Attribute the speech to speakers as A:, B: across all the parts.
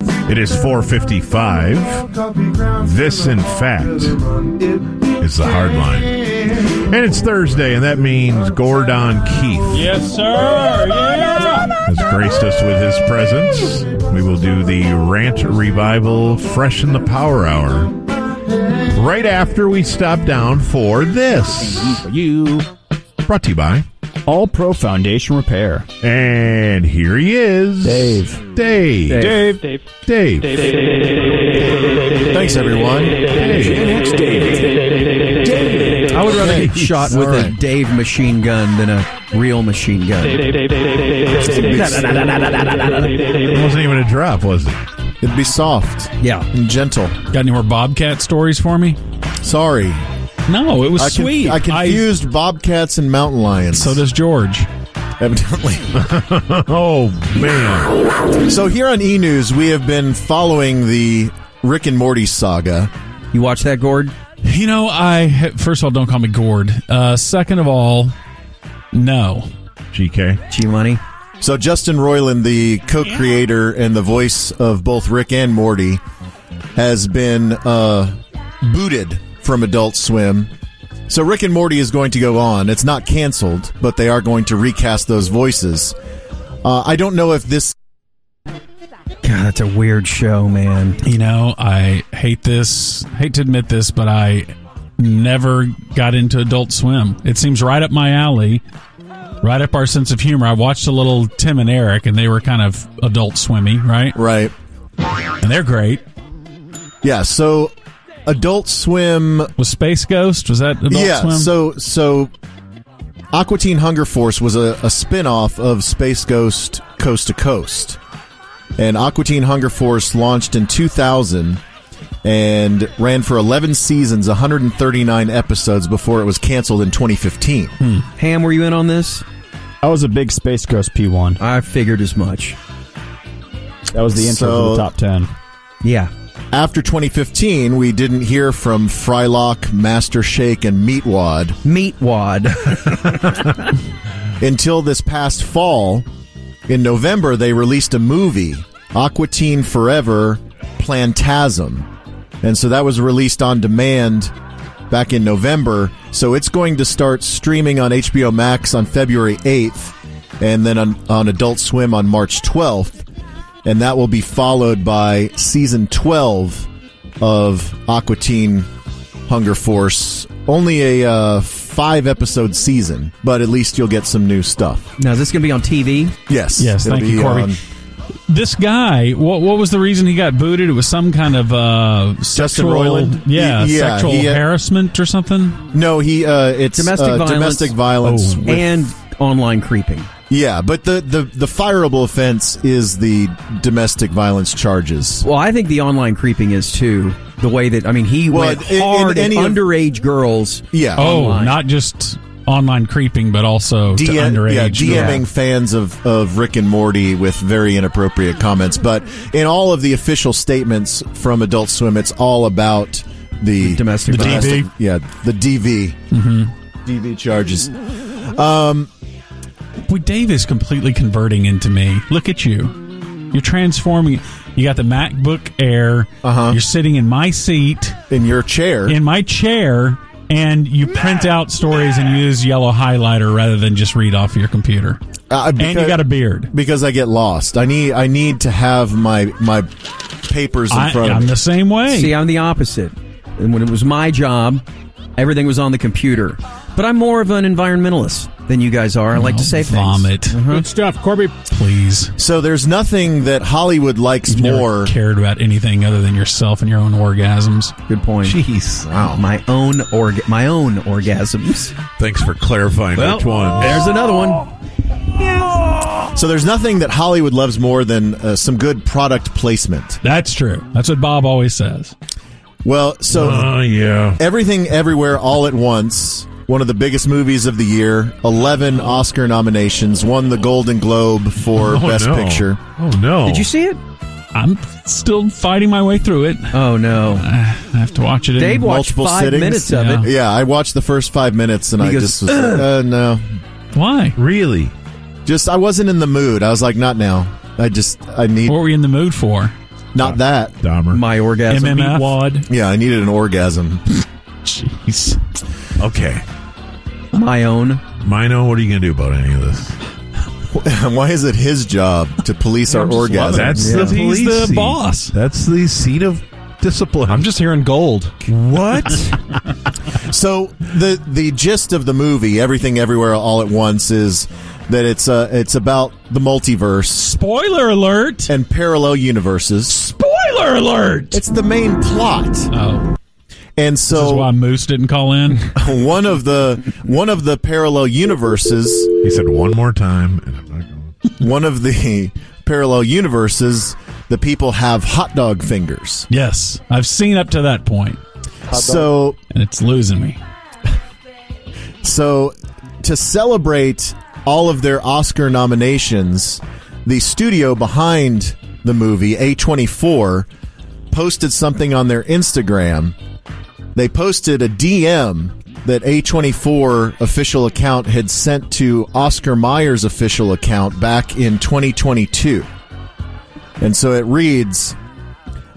A: It is 455. This, in fact, is the hard line. And it's Thursday, and that means Gordon Keith
B: Yes, sir. Yeah.
A: has graced us with his presence. We will do the Rant Revival Fresh in the Power Hour right after we stop down for this.
B: You.
A: Brought to you by.
B: All Pro Foundation Repair.
A: And here he is.
B: Dave.
A: Dave.
B: Dave. Dave.
A: Dave.
C: Thanks, everyone. Gen X Dave. Dave. I would rather get shot with a Dave machine gun than a real machine gun.
A: It wasn't even a drop, was it?
D: It'd be soft
C: Yeah.
D: and gentle.
E: Got any more Bobcat stories for me?
D: Sorry.
E: No, it was
D: I, conf-
E: sweet.
D: I confused bobcats and mountain lions.
E: so does George.
D: evidently.
A: Oh, man.
D: so here on E News, we have been following the Rick and Morty saga.
C: You watch that, Gord?
E: You know, I first of all don't call me Gord. Uh, second of all, no.
A: GK.
C: G Money?
D: So Justin Roiland, the co-creator and the voice of both Rick and Morty, has been uh, booted from Adult Swim. So Rick and Morty is going to go on. It's not canceled, but they are going to recast those voices. Uh, I don't know if this
C: God, that's a weird show, man.
E: You know, I hate this. Hate to admit this, but I never got into Adult Swim. It seems right up my alley, right up our sense of humor. I watched a little Tim and Eric, and they were kind of Adult Swimmy, right?
D: right.
E: And they're great.
D: Yeah. So Adult Swim
E: Was Space Ghost? Was that Adult
D: yeah,
E: Swim?
D: so so Aqua Teen Hunger Force was a, a spin-off of Space Ghost Coast to Coast. And Aqua Teen Hunger Force launched in 2000 and ran for 11 seasons, 139 episodes before it was canceled in 2015.
C: Ham, were you in on this?
F: I was a big Space Ghost P1.
C: I figured as much.
F: That was the intro
D: So-
F: to the top 10.
C: Yeah.
D: After 2015, we didn't hear from Frylock, Master Shake, and Meatwad
C: Meat wad.
D: until this past fall. In November, they released a movie, Aqua Teen Forever Plantasm. And so that was released on demand back in November. So it's going to start streaming on HBO Max on February 8th and then on, on Adult Swim on March 12th. And that will be followed by season 12 of Aqua Teen Hunger Force. Only a uh, five episode season, but at least you'll get some new stuff.
C: now, is this going to be on TV?
D: Yes.
E: Yes,
D: It'll
E: thank you,
D: be um,
E: Corby.
D: on-
E: this guy what what was the reason he got booted it was some kind of uh sexual
D: Roiland?
E: yeah,
D: Y- yeah,
E: sexual
D: he-
E: harassment or something
D: No, he uh, it's
C: Domestic
D: uh,
C: violence.
D: Domestic violence.
E: Oh.
D: with-
C: And online creeping.
D: yeah, but the, the the fireable offense is the domestic violence charges.
C: Well, I think the online creeping is too. The way that, I mean, he
D: Well,
C: went
D: in- in
C: hard at
D: any of-
C: underage girls.
D: Yeah.
E: oh
C: Online.
E: not just online creeping but also to
D: DM yeah,
E: underage
D: DMing fans of, of Rick and Morty with very inappropriate comments. But in all of the official statements from Adult Swim, it's all about the
C: Domestic
E: The
C: violence.
E: DV.
D: Yeah, the DV. Mm-hmm. DV charges.
E: boy dave is completely converting into me look at you you're transforming you got the macbook air
D: Uh-huh.
E: you're sitting in my seat
D: In your chair.
E: in my chair and you print out stories and use yellow highlighter rather than just read off your computer
D: Uh,
E: and you
D: because-
E: got a beard
D: because I get lost. I need I need to have my my papers in
E: I,
D: front
E: i'm
D: of me.
E: the same way
C: See, I'm the opposite. And when it was my job, everything was on the computer. But I'm more of an environmentalist than you guys are. I
D: Oh,
C: like to say things.
E: Oh,
C: Mm-hmm.
E: vomit. Good stuff, Corby. Please.
D: So there's nothing that Hollywood likes
E: You've
D: more.
E: never cared about anything other than yourself and your own orgasms.
C: Good point.
A: Jeez.
C: Wow, my own org, my own orgasms.
A: Thanks for clarifying
C: Well,
A: which one.
C: There's another one.
D: So there's nothing that Hollywood loves more than uh, some good product placement.
E: That's true. That's what Bob always says.
D: Well, so
E: Uh,
A: Oh, yeah.
D: everything everywhere all at once, one of the biggest movies of the year, 11 Oscar nominations, won the Golden Globe for
A: Oh,
D: best
A: no.
D: picture.
A: Oh, no.
C: Did you see it?
E: I'm still fighting my way through it.
C: Oh no,
E: I have to watch it. in-
C: Dave watched
D: multiple
C: five
D: sittings?
C: minutes of
E: Yeah.
C: it.
D: Yeah, I watched the first 5 minutes and
C: He
D: I
C: goes,
D: just was like, uh, no.
E: Why?
A: Really?
D: Just I wasn't in the mood. I was like not now. I just I need
E: What were you in the mood for?
D: Not that.
A: Dahmer.
C: My orgasm.
E: MMF.
G: Wad.
D: Yeah, I needed an orgasm.
E: Jeez.
A: Okay.
C: My own.
A: Mino, what are you going to do about any of this?
D: Why is it his job to police our orgasm?
A: That's the police.
E: He's the
A: seat.
E: boss.
A: That's the seat of discipline.
G: I'm just hearing gold.
A: what?
D: So the the gist of the movie, everything, everywhere, all at once, is that it's uh, it's about the multiverse
E: Spoiler alert.
D: and parallel universes.
E: Spoiler alert.
D: It's the main plot,
E: Oh,
D: and so
E: that's why Moose didn't call in.
D: one of the one of the parallel universes,
A: he said one more time, and I'm not going.
D: one of the parallel universes, the people have hot dog fingers.
E: Yes, I've seen up to that point,
D: So
E: and it's losing me.
D: so to celebrate all of their Oscar nominations, the studio behind the movie A24 posted something on their Instagram. They posted a DM that A24 official account had sent to Oscar Mayer's official account back in 2022. And so it reads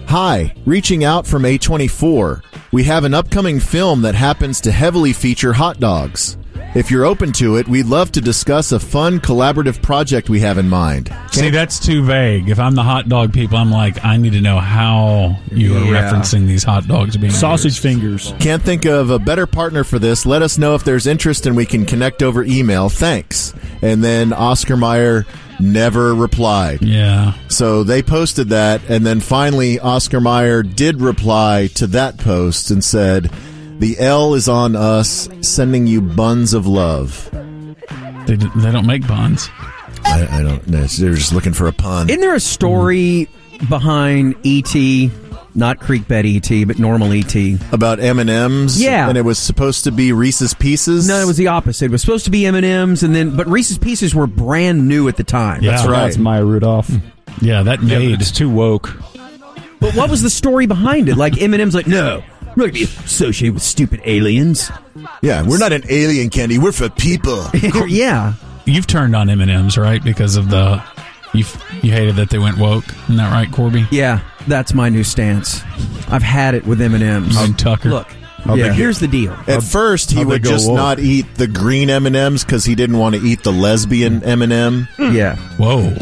D: Hi, reaching out from A24. We have an upcoming film that happens to heavily feature hot dogs. If you're open to it, we'd love to discuss a fun collaborative project we have in mind.
E: See, that's too vague. If I'm the hot dog people, I'm like, I need to know how you are
C: Yeah.
E: referencing these hot dogs being
F: Sausage
E: used.
F: fingers.
D: Can't think of a better partner for this. Let us know if there's interest and we can connect over email. Thanks. And then Oscar Mayer never replied.
E: Yeah,
D: So they posted that, and then finally, Oscar Mayer did reply to that post and said, The L is on us, sending you buns of love.
E: they, d- they don't make buns.
D: I, I don't know. They're just looking for a pun.
C: Isn't there a story behind E.T., not Creek Bed E.T., but normal E E.T.?
D: about M and M's.
C: Yeah.
D: and it was supposed to be Reese's Pieces.
C: No, it was the opposite. It was supposed to be M&M's, and then but Reese's Pieces were brand new at the time.
E: Yeah,
D: right.
F: That's Maya Rudolph.
E: Yeah, that made.
G: It's too woke.
C: But what was the story behind it? Like M&M's, like no, we're not gonna be associated with stupid aliens.
D: Yeah, we're not an alien candy. We're for people.
C: yeah,
E: You've turned on M and M's, right? Because of the you f- you hated that they went woke. Isn't that right, Corby?
C: yeah, that's my new stance. I've had it with M&M's.
E: You Tucker.
C: Look, yeah, here's the deal.
D: At first, he
F: how'd they
D: would
F: go
D: just
F: woke?
D: not eat the green M and M's because he didn't want to eat the lesbian M and m
C: Yeah,
E: Whoa.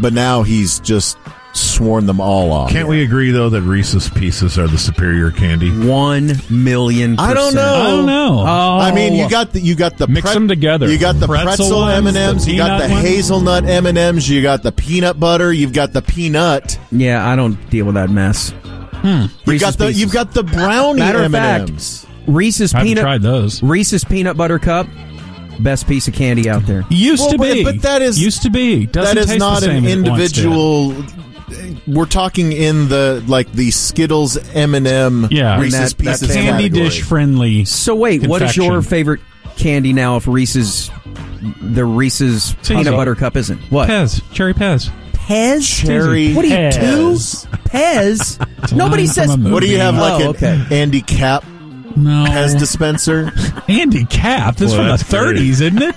D: But now he's just sworn them all off.
A: Can't we agree though that Reese's Pieces are the superior candy?
C: one million.
D: I don't
C: percent.
D: know.
E: I don't know.
C: Oh,
D: I mean, you got the you got the
G: Mix them together.
D: You got the
E: Pretzel
D: pretzel
E: ones,
D: M and
E: the
D: M's. You got
E: peanut
D: the
E: ones.
D: hazelnut M and M's. You got the peanut butter. You've got the peanut.
C: yeah, I don't deal with that mess.
D: You got
C: Reese's
D: the
C: Pieces.
D: you've got the brownie
C: Matter of
D: M
C: fact,
D: and M's.
C: Reese's
E: I haven't
C: peanut
E: tried those.
C: Reese's peanut butter cup, best piece of candy out there.
E: Used
D: Well,
E: to
D: but-
E: be,
D: but that is-
E: used to be. Doesn't
D: that is
E: taste
D: not
E: the same
D: an
E: as it once did.
D: individual. We're talking in the like the Skittles M and M
E: Yeah.
D: Reese's
C: In that- that
D: Pieces
E: candy
D: category.
E: dish friendly.
C: So wait, what is your
E: Confection.
C: favorite candy now? If Reese's, the Reese's peanut
E: easy.
C: butter cup isn't what
E: Pez, cherry Pez.
C: Pez?
D: Cherry
C: What are you
D: Pez.
C: two Pez? Nobody
E: line from
C: says.
E: a movie.
D: What do you have
C: Oh,
D: like
C: okay.
D: an Andy Cap
E: No,
D: Pez dispenser?
E: Andy Cap. This is
A: Well,
E: from the
A: that's great.
E: 30s, isn't it?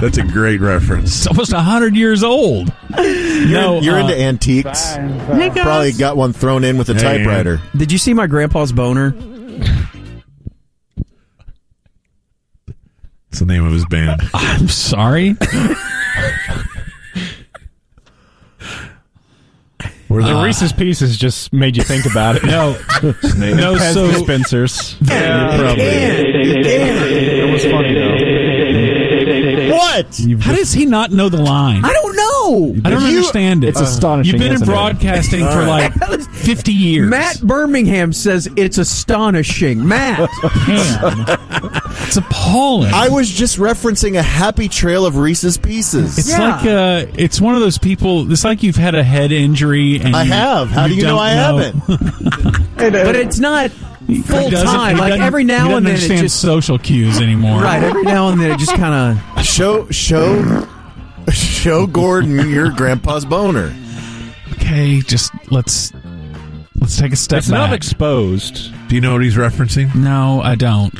A: That's a great reference.
E: It's almost 100 years old. no,
D: You're
E: uh,
D: into antiques. Probably got one thrown in with a
A: Hey,
D: typewriter.
C: Did you see my grandpa's boner?
A: It's the name of his band.
E: I'm sorry.
A: Where
F: The
A: the
F: Reese's Pieces just made you think about it.
E: Uh, No, no.
F: Pez
E: So
F: dispensers.
D: What?
E: how does he not know the line?
C: I don't know.
E: I don't understand it.
F: It's astonishing,
E: You've been in
F: isn't it?
E: broadcasting for like 50 years.
C: Matt Birmingham says it's astonishing. Matt,
E: Pan. It's appalling.
D: I was just referencing a happy trail of Reese's Pieces.
E: it's
C: Yeah.
E: like uh, it's one of those people. It's like you've had a head injury. And
D: I
E: you-
D: have. How do you know
E: don't
D: I haven't?
C: but it's not full
E: He doesn't-
C: time.
E: he
C: Like
E: doesn't-
C: every now
E: he
C: and then, it
E: doesn't understand
C: just
E: social cues anymore.
C: right. Every now and then, it just kind of.
D: Show show show Gordon your grandpa's boner.
E: Okay, just let's let's take a step
F: It's
E: back.
F: not exposed.
A: Do you know what he's referencing?
E: no, I don't.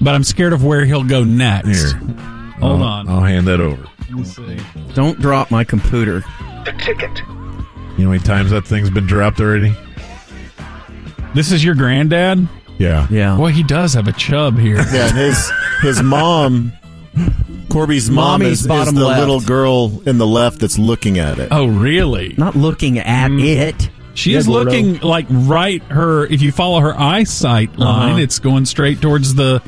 E: But I'm scared of where he'll go next.
A: Here,
E: Hold
C: Oh,
A: I'll-
E: on.
A: I'll hand that over.
E: Let me see.
C: Don't drop my computer.
G: the ticket.
A: You know how many times that thing's been dropped already?
E: This is your granddad?
A: Yeah.
C: Yeah.
E: Well, he does have a chub here.
D: Yeah, and his his mom, Corby's mom
C: Mommy's
D: is, is
C: bottom
D: the
C: left.
D: little girl in the left that's looking at it.
E: Oh, really?
C: Not looking at it.
E: She
F: Yeah,
E: is
F: Gordo.
E: looking like right her. If you follow her eyesight line,
C: Uh-huh.
E: it's going straight towards the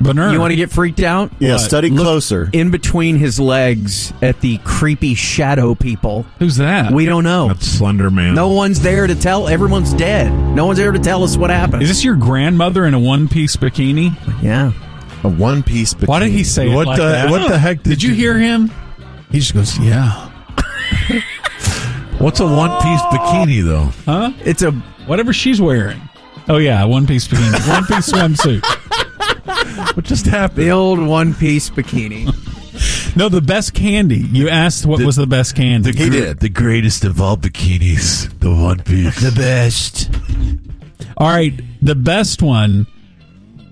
E: Bernard.
C: You want to get freaked out?
D: yeah,
E: what?
D: study
C: Look
D: closer.
C: In between his legs at the creepy shadow people.
E: Who's that?
C: We don't know.
A: That's Slender Man.
C: No one's there to tell. Everyone's dead. No one's there to tell us what happened.
E: is this your grandmother in a one-piece bikini?
C: yeah.
D: a one piece. Bikini.
E: Why did he say it
A: What
E: like
A: the-
E: that?
A: what the heck did
E: Did you,
A: you-
E: hear him? He just goes, "Yeah."
A: What's a one piece bikini, though?
C: It's a
E: Whatever she's wearing. Oh yeah, one-piece bikini, one-piece swimsuit.
A: What just happened?
C: the old one piece bikini.
E: No, the best candy. You asked what was the best candy.
D: He did.
A: The greatest of all bikinis, the one piece. The best.
E: All right, the best one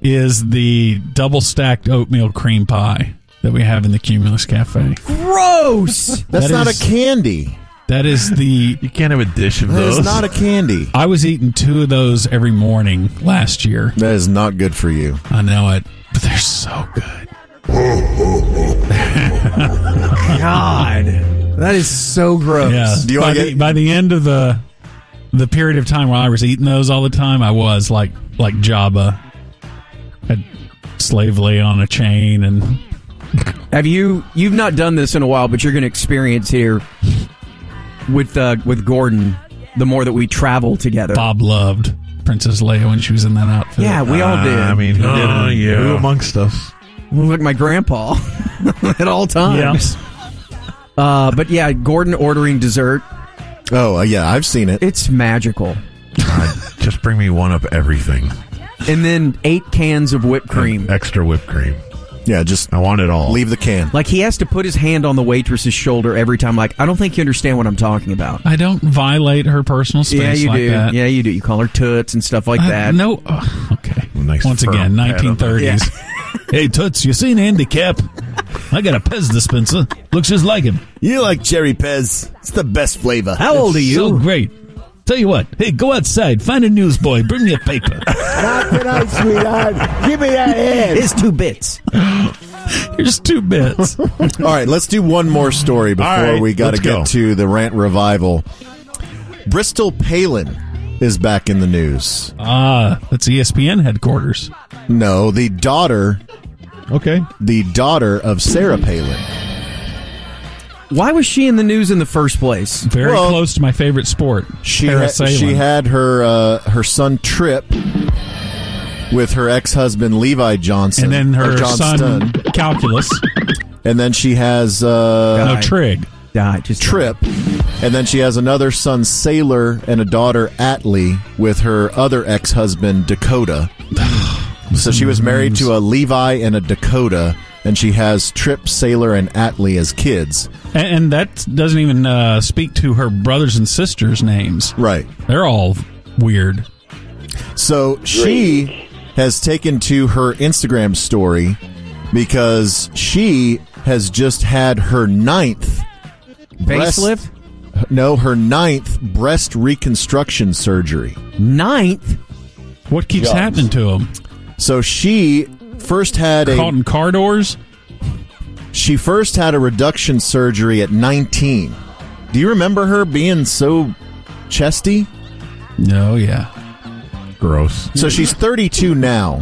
E: is the double stacked oatmeal cream pie that we have in the Cumulus Cafe.
C: Gross.
D: That's
E: That
D: not
E: is-
D: a candy.
E: That is the
A: You can't have a dish of
D: That
A: those.
D: is not a candy.
E: I was eating two of those every morning last year.
D: That is not good for you.
E: I know it, but they're so good.
C: God. That is so gross.
E: Yeah.
D: Do you
E: by,
D: wanna
E: the,
D: get-
E: by the end of the the period of time where I was eating those all the time, I was like like Jabba, had slave lay on a chain, and
C: Have you you've not done this in a while, but you're going to experience here with uh, with Gordon the more that we travel together.
E: Bob loved Princess Leia when she was in that outfit.
C: Yeah, we
E: uh,
C: all did.
A: Uh, I mean, who
E: Oh,
A: didn't?
E: yeah.
A: Who amongst us?
C: Look like my grandpa at all times. Uh, but yeah, Gordon ordering dessert,
D: Oh uh, yeah, I've seen it.
C: it's magical.
A: Just bring me one of everything.
C: And then eight cans of whipped cream.
A: Extra whipped cream.
D: Yeah, just
A: I want it all.
D: leave the can.
C: Like he has to put his hand on the waitress's shoulder every time. Like I don't think you understand what I'm talking about.
E: I don't violate her personal space
C: yeah, you
E: like
C: do.
E: that.
C: Yeah, you do. You call her toots and stuff like
E: I-
C: that.
E: no. oh, okay.
A: Nice
E: Once
A: firm
E: again,
A: pat on the-
E: 1930s. hey, Toots, you seen Andy Cap? I got a Pez dispenser. Looks just like him.
D: You like cherry pez? It's the best flavor.
C: How old are
E: It's
C: you?
E: So great. Tell you what, hey, go outside, find a newsboy, bring me a paper.
C: it's two bits.
E: Here's two bits.
D: All right, let's do one more story before
A: All right,
D: we got to
A: let's
D: get
A: go.
D: to the rant revival. Bristol Palin is back in the news.
E: Ah, that's ESPN headquarters.
D: No, the daughter,
F: Okay.
D: the daughter of Sarah Palin.
C: Why was she in the news in the first place?
E: Very
D: Well,
E: close to my favorite sport,
D: She had,
E: parasailing.
D: she had her uh, her son Trip with her ex husband Levi Johnson,
E: and then
D: or
E: her
D: John
E: son,
D: Stone.
E: Calculus.
D: and then she has uh,
E: No,
C: Guy.
E: Trig.
C: Died. Just
D: Trip, and then she has another son Sailor and a daughter Atlee with her other ex husband Dakota. so she was married to a Levi and a Dakota, and she has Trip, Sailor, and Atlee as kids.
E: And, and that doesn't even uh, speak to her brothers and sisters' names.
D: Right.
E: They're all weird.
D: So she has taken to her Instagram story because she has just had her ninth breast-
C: Facelift.
D: No, her ninth breast reconstruction surgery.
C: Ninth.
E: What keeps happening to them?
D: So she first had
E: Caught
D: a
E: in car doors?
D: she first had a reduction surgery at 19. Do you remember her being so chesty?
E: No, yeah.
A: Gross.
D: So she's 32 now.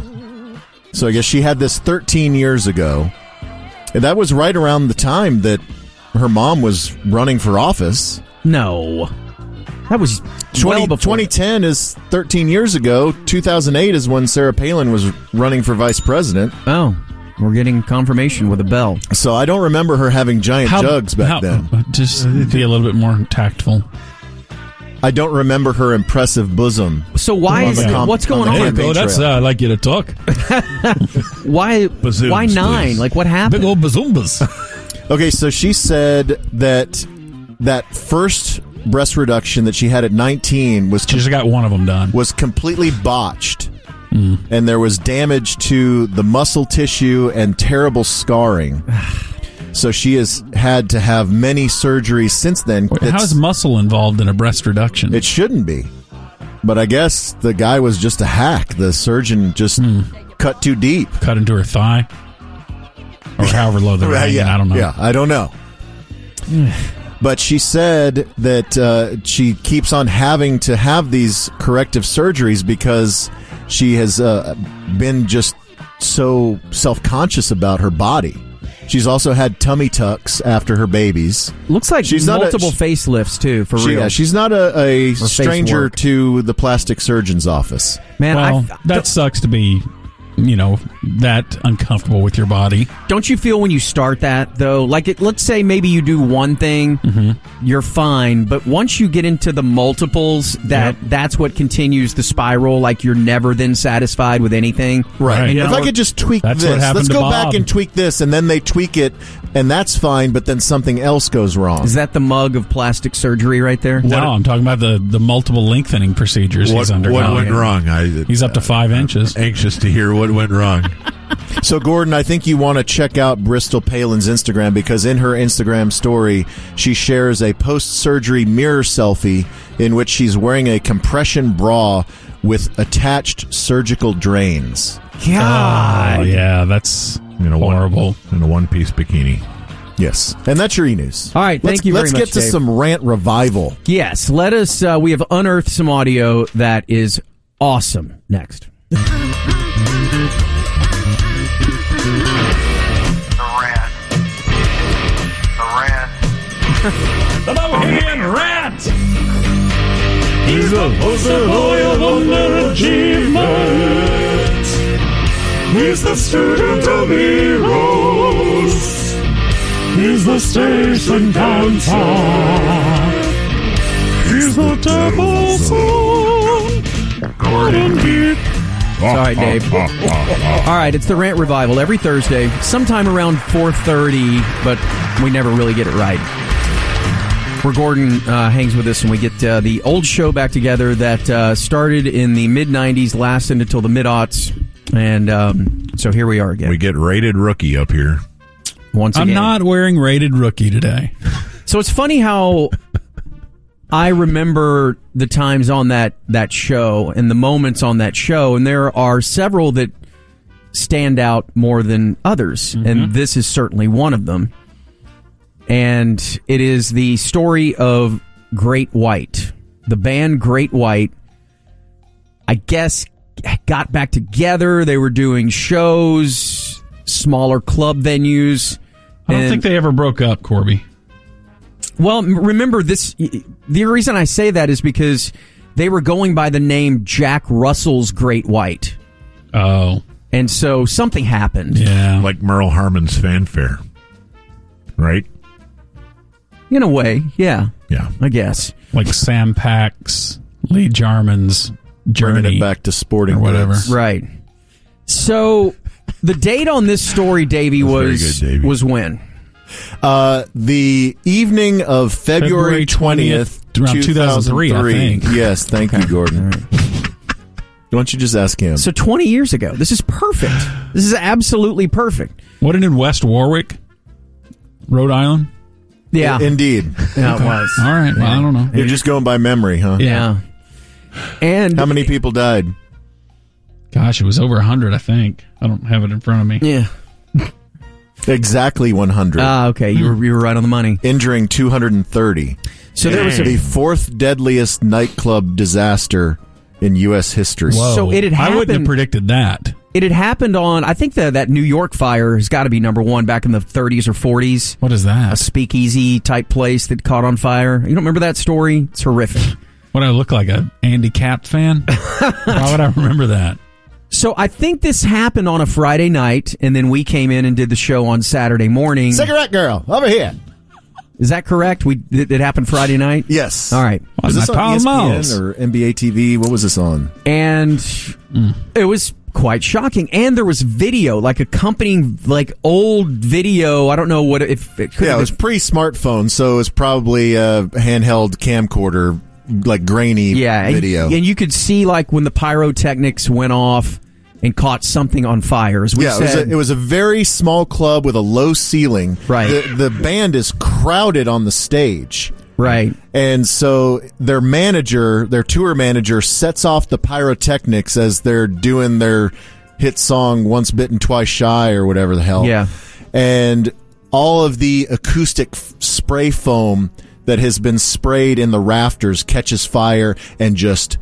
D: So I guess she had this 13 years ago. And that was right around the time that her mom was running for office.
C: No. That was
D: 20,
C: well before.
D: 2010 is 13 years ago. 2008 is when Sarah Palin was running for vice president.
C: Oh, we're getting confirmation with a bell.
D: So I don't remember her having giant jugs back
E: how-
D: then.
E: Just be a little bit more tactful.
D: I don't remember her impressive bosom.
C: So why
D: On
C: is
D: the
C: it-
D: com-
C: what's
D: on the
C: going on?
D: campaign
E: bro, that's
D: trail.
E: uh, like you to talk.
C: Why?
A: Bazooms,
C: why nine?
A: please.
C: Like what happened?
E: Big old bazoombas.
D: Okay, so she said that that first breast reduction that she had at 19 was
E: she just got one of them done.
D: was completely botched and there was damage to the muscle tissue and terrible scarring. So she has had to have many surgeries since then.
E: Wait, how
D: It's-
E: is muscle involved in a breast reduction?
D: it shouldn't be. But I guess the guy was just a hack. The surgeon just cut too deep.
E: Cut into her thigh, or however low they're hanging.
D: yeah,
E: I don't know.
D: Yeah, I don't know. but she said that uh, she keeps on having to have these corrective surgeries because she has uh, been just so self conscious about her body. She's also had tummy tucks after her babies.
C: Looks like
D: She's not a-
C: multiple facelifts too, for
D: She-
C: real.
D: yeah, she's not a, a
C: face
D: stranger
C: work.
D: to the plastic surgeon's office.
C: Man,
E: Well,
C: I,
E: that sucks to be, you know, that uncomfortable with your body.
C: Don't you feel when you start that though? Like, it, let's say maybe you do one thing, you're fine, but once you get into the multiples, that that's what continues the spiral. Like you're never then satisfied with anything.
E: Right.
C: You
D: if
C: know,
D: I could just tweak
E: That's what
D: this,
E: happened
D: let's
E: to
D: go
E: Bob.
D: back and tweak this, and then they tweak it, and that's fine. But then something else goes wrong.
C: is that the mug of plastic surgery right there?
E: no, I'm talking about the, the multiple lengthening procedures
A: What,
E: he's
A: what
E: undergone.
A: went wrong? I, uh,
E: He's
D: Uh,
E: up to five inches.
A: anxious to hear what went wrong.
D: so, Gordon, I think you want to check out Bristol Palin's Instagram because in her Instagram story, she shares a post-surgery mirror selfie in which she's wearing a compression bra with attached surgical drains.
E: Oh, yeah, that's
A: You know, one-
E: horrible.
A: in a one piece bikini.
D: Yes, and that's your e-news.
C: All right,
D: let's,
C: thank you very
D: Let's
C: much,
D: get to
C: Dave.
D: some rant revival.
C: Yes. Let us. Uh, we have unearthed some audio that is awesome. Next.
G: The rat. The rat.
H: The low-hanging rat. He's the poster boy of underachievement. He's the student of heroes. He's the station dancer. He's the temple song. Gordon Geek.
E: Oh.
C: Sorry, Dave. All
A: Ah,
C: right, it's the rant revival every Thursday, sometime around 4:30, but we never really get it right. Where Gordon uh, hangs with us, and we get uh, the old show back together that uh, started in the mid '90s, lasted until the mid aughts, and um, so here we are again.
A: We get rated rookie up here.
C: once again,
E: I'm not wearing rated rookie today.
C: So it's funny how I remember the times on that that show and the moments on that show, and there are several that stand out more than others, and this is certainly one of them. And it is the story of Great White, the band Great White. I guess got back together. They were doing shows, smaller club venues.
E: I don't
C: and-
E: think they ever broke up, Corby.
C: well, m- remember this. The reason I say that is because they were going by the name Jack Russell's Great White,
E: Oh,
C: and so something happened.
E: yeah.
A: Like Merle Harmon's fanfare. Right?
C: In a way, yeah,
A: Yeah.
C: I guess.
E: like Sam Pax, Lee Jarman's journey.
D: Bringing it back to sporting
E: or whatever.
D: goods.
C: Right. So the date on this story, Davey,
A: That's very
C: was
A: good, Davey.
C: was when
D: Uh, the evening of February
E: February 20th,
D: twentieth,
E: around 2003, I think.
D: Yes, thank you, Gordon. Why don't you just ask him?
C: so twenty years ago. This is perfect. This is absolutely perfect.
E: Wasn't it in West Warwick, Rhode Island?
C: Yeah,
D: Indeed,
C: yeah, it was.
E: All right. Well, I don't know.
D: you're just going by memory, huh?
C: Yeah, and
D: How many people died?
E: Gosh, it was over 100, I think. I don't have it in front of me.
C: yeah.
D: Exactly one hundred,
C: Ah, okay. You were you were right on the money.
D: injuring two hundred and thirty.
C: So there was a
D: The fourth deadliest nightclub disaster in U.S. history.
E: Whoa.
C: So it had
E: I wouldn't have
C: happened-
E: predicted that.
C: It had happened on, I think the, that New York fire has got to be number one back in the 30s or 40s.
E: What is
C: A
E: that?
C: speakeasy type place that caught on fire. You don't remember that story? It's horrific.
E: What I look like a Andy Cap fan? Why would I remember that?
C: So I think this happened on a Friday night, and then we came in and did the show on Saturday morning.
D: Cigarette girl over here.
C: Is that correct? We it, it happened Friday night.
D: Yes.
C: All right,
E: Why
D: Was
E: my
D: this on E
E: pal Miles?
D: ESPN or NBA TV? What was this on?
C: and
D: Mm.
C: it was quite shocking. And there was video, like accompanying, like old video. I don't know what if it could
D: Yeah,
C: have
D: it was
C: been-
D: pre-smartphone, so it was probably a handheld camcorder, like grainy
C: yeah, and-
D: video.
C: And, you could see like when the pyrotechnics went off, and caught something on fire. As we
D: yeah, it was,
C: said,
D: a, it was a very small club with a low ceiling.
C: Right.
D: The, the band is crowded on the stage.
C: right.
D: And so their manager, their tour manager, sets off the pyrotechnics as they're doing their hit song "Once Bitten, Twice Shy" or whatever the hell.
C: Yeah.
D: And all of the acoustic f- spray foam that has been sprayed in the rafters catches fire and just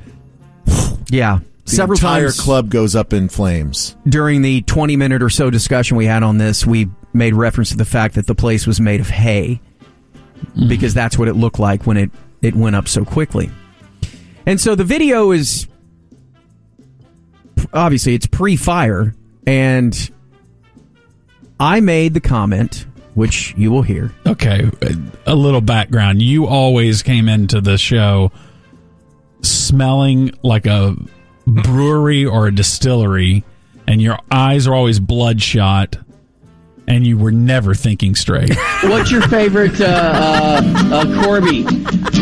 C: Yeah.
D: the
C: Several
D: entire
C: times
D: club goes up in flames.
C: during the 20 minute or so discussion we had on this, we made reference to the fact that the place was made of hay
D: Mm-hmm.
C: because that's what it looked like when it, it went up so quickly. And so the video is obviously it's pre-fire and I made the comment which you will hear.
E: Okay, a little background. You always came into the show smelling like a brewery or a distillery, and your eyes are always bloodshot, and you were never thinking straight.
I: What's your favorite uh, uh, uh, Corby?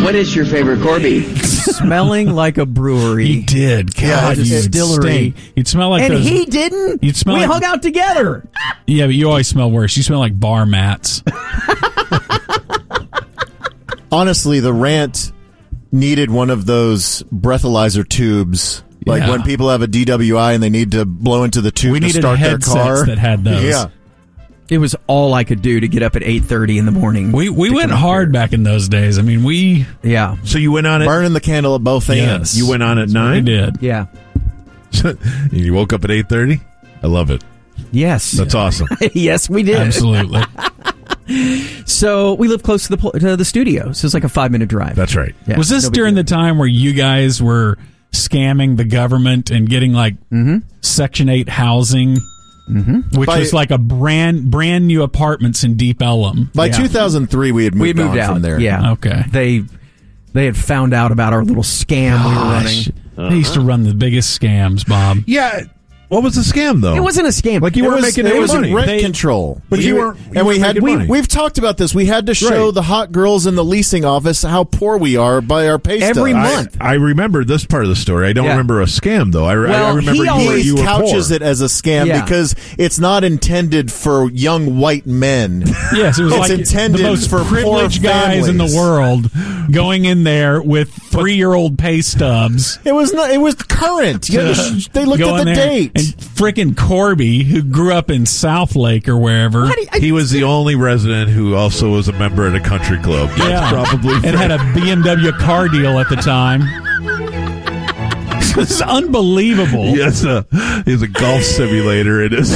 I: What is your favorite Corby?
C: Smelling like a
E: you
C: brewery.
E: did, God,
C: Yeah,
E: you would
C: distillery.
E: stink. You'd smell like
C: and
E: those.
C: he didn't.
E: You'd smell
C: we
E: like-
C: hung out together.
E: yeah, but you always smell worse. You smell like bar mats.
D: Honestly, the rant needed one of those breathalyzer tubes. Like
E: Yeah.
D: when people have a DWI and they need to blow into the tube
E: We
D: to
E: needed
D: start their
E: headsets
D: car.
E: that had those.
D: Yeah.
C: It was all I could do to get up at 8:30 in the morning.
E: We we
C: to
E: went
C: come up
E: hard back in those days. I mean, we
C: here. Yeah.
A: So you went on at
D: burning the candle at both ends.
E: yes,
A: you went on at
E: we
A: nine.
E: did.
C: Yeah.
A: you woke up at eight thirty. I love it.
C: Yes.
A: That's awesome.
C: yes, we did.
E: Absolutely.
C: So we live close to the pl- to the studio, so it's like a five minute drive.
A: That's right.
C: Yeah,
E: was this
C: no big
E: during
C: deal.
E: the time where you guys were scamming the government and getting like Section Eight housing, which
D: By-
E: was like a brand brand new apartments in Deep Ellum?
D: By 2003, we had moved,
C: we moved
D: on
C: out
D: from there.
C: Yeah.
E: Okay.
C: They they had found out about our little scam we were running.
E: Gosh, They used to run the biggest scams, Bob.
A: Yeah. What was the scam though?
C: It wasn't a scam.
A: like you
D: It
A: weren't
D: was,
A: making
D: it
A: any
D: was
A: money.
D: rent
A: They-
D: control,
A: But you weren't- you
D: and we
A: weren't
D: had.
A: making
D: We,
A: money.
D: we've talked about this. We had to show
A: Right.
D: the hot girls in the leasing office how poor we are by our pay
C: Every
D: stubs.
A: I,
C: month.
A: I remember this part of the story. I don't
C: Yeah.
A: remember a scam though. I, I- I
C: Well,
A: remember
C: he
A: you,
C: always
A: you
D: He
A: were
D: couches
A: poor.
D: it as a scam
C: Yeah.
D: because it's not intended for young white men.
E: Yes, it was
D: It's
E: like
D: intended
E: the most
D: for poor
E: privileged guys in the
D: families.
E: world going in there with three year old pay stubs.
D: it was not. It was current. You had to sh- they looked
E: go
D: at
E: in
D: the
E: there,
D: date.
E: And frickin' Corby, who grew up in South Lake or wherever,
A: He was the only resident who also was a member at a country club. That's
E: Yeah.
A: probably
E: and
A: fair.
E: had a BMW car deal at the time. it's unbelievable.
A: He has a he has uh, a golf simulator in his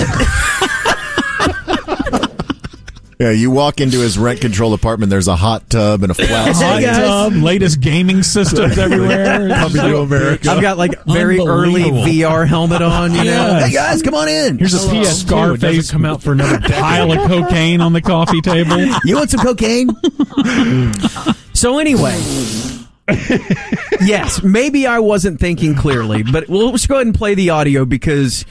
D: yeah, you walk into his rent control apartment. There's a hot tub and a flat.
E: Hot
C: Hey, guys.
E: tub, latest gaming systems everywhere.
A: coming to America.
C: I've got like very early
E: Unbelievable.
C: VR helmet on. You know,
E: Yes.
C: hey guys, come on in.
E: Here's a PS Scarface come out for another pile of cocaine on the coffee table.
C: You want some cocaine? so anyway. yes, maybe I wasn't thinking clearly, but we'll just go ahead and play the audio because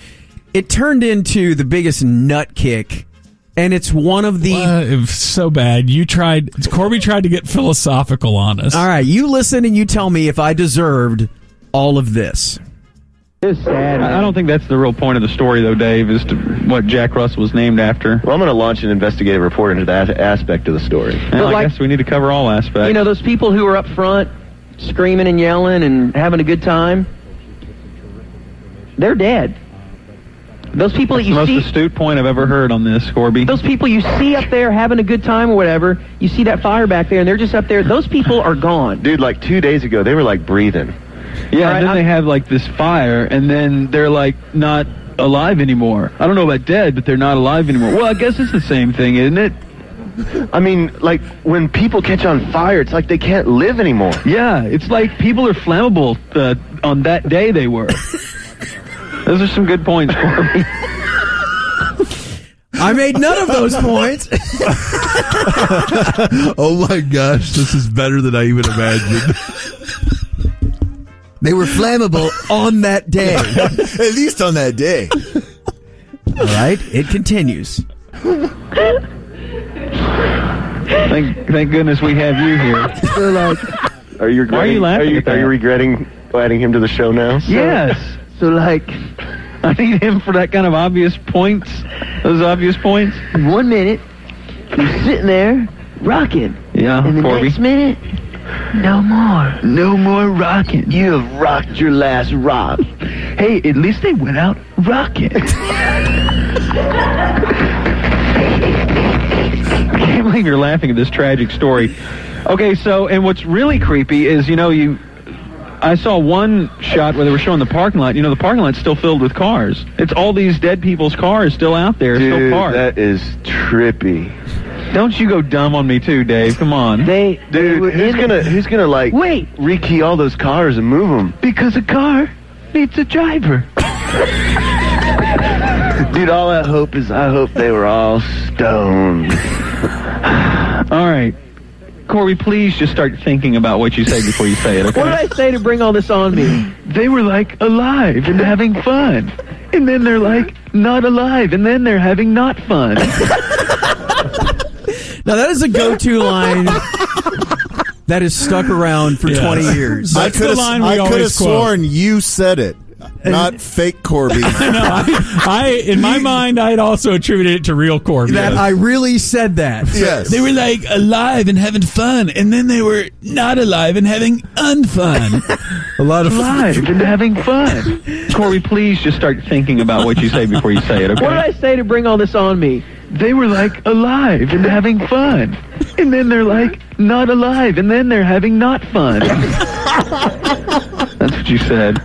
C: it turned into the biggest nut kick, and it's one of the.
E: Uh, it was so bad. You tried. Corby tried to get philosophical on us.
C: All right, you listen and you tell me if I deserved all of this.
J: I I don't think that's the real point of the story, though, Dave, is to what Jack Russell was named after.
K: Well, I'm going to launch an investigative report into that aspect of the story.
J: And I
I: like-
J: guess we need to cover all aspects.
I: You know, those people who were up front screaming and yelling and having a good time, they're dead. Those people that
J: the
I: you
J: most
I: see,
J: astute point I've ever heard on this, Corby.
I: those people you see up there having a good time or whatever, you see that fire back there and they're just up there. Those people are gone.
K: Dude, like two days ago, they were like breathing.
J: yeah,
I: Alright,
J: and then
I: I-
J: they have like this fire, and then they're like not alive anymore. I don't know about dead, but they're not alive anymore. Well, I guess it's the same thing, isn't it?
K: I mean, like when people catch on fire, it's like they can't live anymore.
J: Yeah, it's like people are flammable uh, on that day they were. Those are some good points, Corby.
C: I made none of those points.
A: Oh my gosh, this is better than I even imagined.
C: they were flammable on that day.
D: at least on that day.
C: All right, it continues.
J: thank, thank goodness we have you here.
I: They're like,
K: Are you regretting,
J: Why are you laughing
K: Are you,
J: at that?
K: are you regretting adding him to the show now?
J: Yes.
I: so like,
J: I I need him for that kind of obvious points. Those obvious points.
I: One minute, you're sitting there rocking.
J: Yeah,
I: And the
J: Corby.
I: next minute, no more.
J: No more rocking. You have rocked your last rock. hey, at least they went out rocking. I can't believe you're laughing at this tragic story. Okay, so and what's really creepy is you know you. I saw one shot where they were showing the parking lot. You know, the parking lot's still filled with cars. It's all these dead people's cars still out there, still
K: Dude,
J: parked.
K: that is trippy.
J: Don't you go dumb on me too, Dave. Come on.
I: They
K: Dude, who's gonna who's gonna like
I: Wait.
K: rekey all those cars and move them?
J: because a car needs a driver.
K: Dude, all I hope is I hope they were all stoned.
J: All right. Corey, please just start thinking about what you say before you say it,
I: What did
J: okay?
I: I say to bring all this on me?
J: they were like alive and having fun. And then they're like not alive. And then they're having not fun.
C: Now that is a go-to line that is stuck around for
E: Yes.
C: 20 years.
D: I
E: That's the
D: could have
E: line we
D: I could have
E: always quote.
D: sworn you said it, not fake Corby.
E: No, I, I in my mind I had also attributed it to real Corby.
C: That I really said that.
D: yes.
E: They were like alive and having fun, and then they were not alive and having unfun.
C: A lot of
J: alive and having fun. Corey, please just start thinking about what you say before you say it,
I: What did
J: okay?
I: I say to bring all this on me?
J: They were like alive and having fun. And then they're like not alive. And then they're having not fun. That's what you said.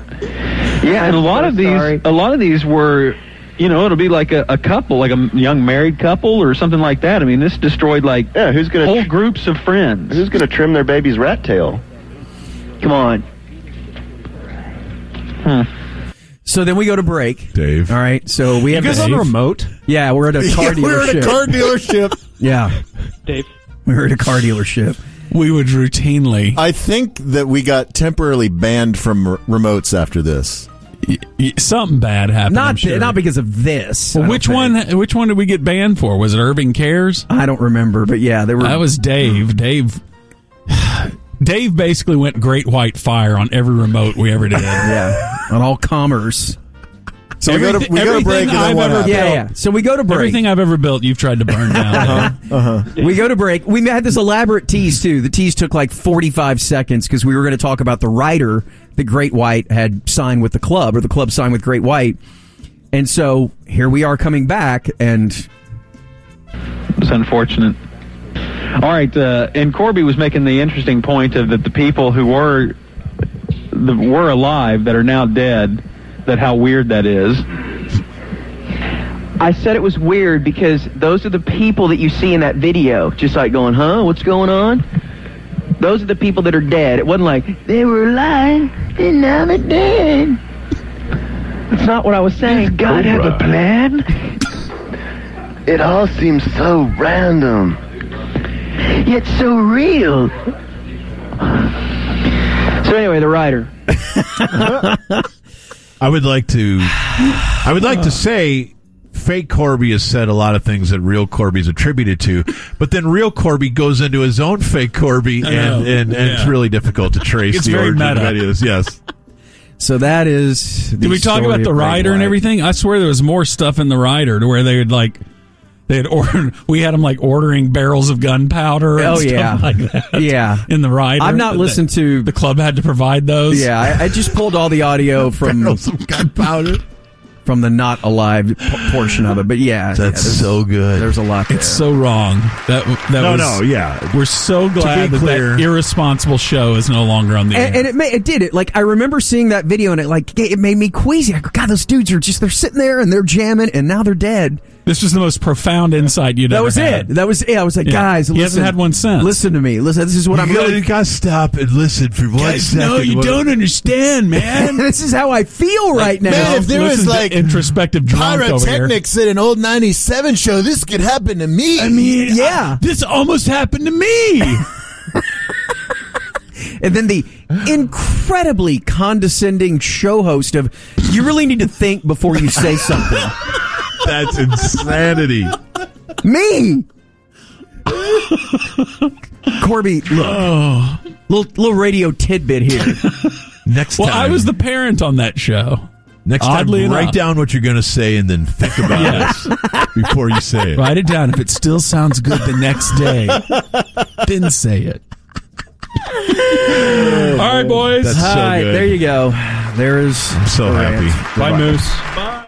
J: Yeah, and a lot
I: so
J: of these,
I: sorry.
J: a lot of these were, you know, it'll be like a, a couple, like a m- young married couple or something like that. I mean, this destroyed like
K: Yeah, who's gonna
J: whole groups of friends.
K: who's gonna trim their baby's rat tail?
J: Come on.
C: So then we go to break.
A: Dave.
C: All right. So we have
F: guys on
C: Dave.
F: the remote?
C: Yeah, we're at a car
D: we were at a
C: dealership.
D: car dealership.
C: yeah,
F: Dave.
C: we were at a car dealership.
E: we would routinely
D: I think that we got temporarily banned from r- remotes after this.
E: y- something bad happened. I'm
C: Not
E: sure.
C: not because of this. I
E: Well,
C: don't
E: which
C: think.
E: one? Which one did we get banned for? Was it Irving Cares?
C: I don't remember, but yeah, there were.
E: That was Dave. Dave. Dave basically went great white fire on every remote we ever did.
C: yeah on all commerce.
D: So we got to
E: Everything-
D: we got to
E: everything
D: break and then
E: I've
D: what
E: ever-
D: happened?
C: Yeah, yeah. So we go to break. Uh-huh.
E: Everything I've ever built, you've tried to burn down.
C: We go to break. We had this elaborate tease too. The tease took like 45 seconds because we were going to talk about the writer that Great White had signed with the club, or the club signed with Great White. And so here we are coming back, and
J: It's unfortunate. All right, uh, and Corby was making the interesting point of that the people who were the, were alive that are now dead, that how weird that is.
I: I said it was weird because those are the people that you see in that video, just like going, huh, what's going on? Those are the people that are dead. It wasn't like, they were alive, and now they're dead. That's not what I was saying.
K: God have a
I: plan?
K: It all seems so random.
I: Yet so real. So anyway, the writer.
A: I would like to. I would like to say. Fake Corby has said a lot of things that real Corby's attributed to, but then real Corby goes into his own fake Corby, and,
E: know.
A: and, and it's
E: Yeah.
A: really difficult to trace
E: It's
A: the
E: very
A: origin of
E: meta.
A: any of this. Yes.
C: so that is. the
E: Did we talk
C: story
E: about
C: of
E: the
C: Great
E: rider and
C: White.
E: everything? I swear there was more stuff in the rider to where they would like they had ordered. We had them like ordering barrels of gunpowder. and
C: Oh,
E: stuff
C: yeah.
E: like that.
C: Yeah.
E: in the rider.
C: I've not
E: That-
C: listened to-
E: The club had to provide those.
C: Yeah, I, I just pulled all the audio from
A: Some gunpowder.
C: from the not alive p- portion of it, but yeah,
A: That's
C: yeah, there's-
A: so good.
C: There's a lot. There.
E: it's so wrong. That that
A: no,
E: was,
A: no, yeah.
E: We're so glad that
A: clear-
E: that irresponsible show is no longer on the
C: and,
E: air.
C: and it ma- it did it. Like I remember seeing that video, and it like it made me queasy. I go, God, those dudes are just they're sitting there and they're jamming, and now they're dead.
E: this was the most profound insight you'd
C: That
E: ever
C: was
E: had.
C: it. That was it. I was like,
E: Yeah.
C: guys,
E: He
C: listen,
E: hasn't had one since.
C: Listen to me. Listen, this is what I'm
A: you
C: really.
A: got to stop and listen for one
E: Guys, no,
A: second.
E: you
A: What-
E: don't understand, man.
C: this is how I feel right now.
D: man, if there
E: Listen
D: was
E: to
D: like
E: introspective drunk over here.
D: pyrotechnics at an old '97 show, this could happen to me.
E: I mean,
C: Yeah.
E: I- this almost happened to me.
C: and then the incredibly condescending show host of, you really need to think before you say something.
A: That's insanity.
C: me. Corby, look, little little radio tidbit here.
A: Next
E: Well,
A: time.
E: I was the parent on that show.
A: Next
E: Oddly
A: time,
E: enough.
A: write down what you're going to say and then think about it before you say it.
E: Write it down. If it still sounds good the next day, then say it. All right, boys.
C: All right, there you go. There is. I'm
A: so happy.
E: Bye, Moose.
A: Bye.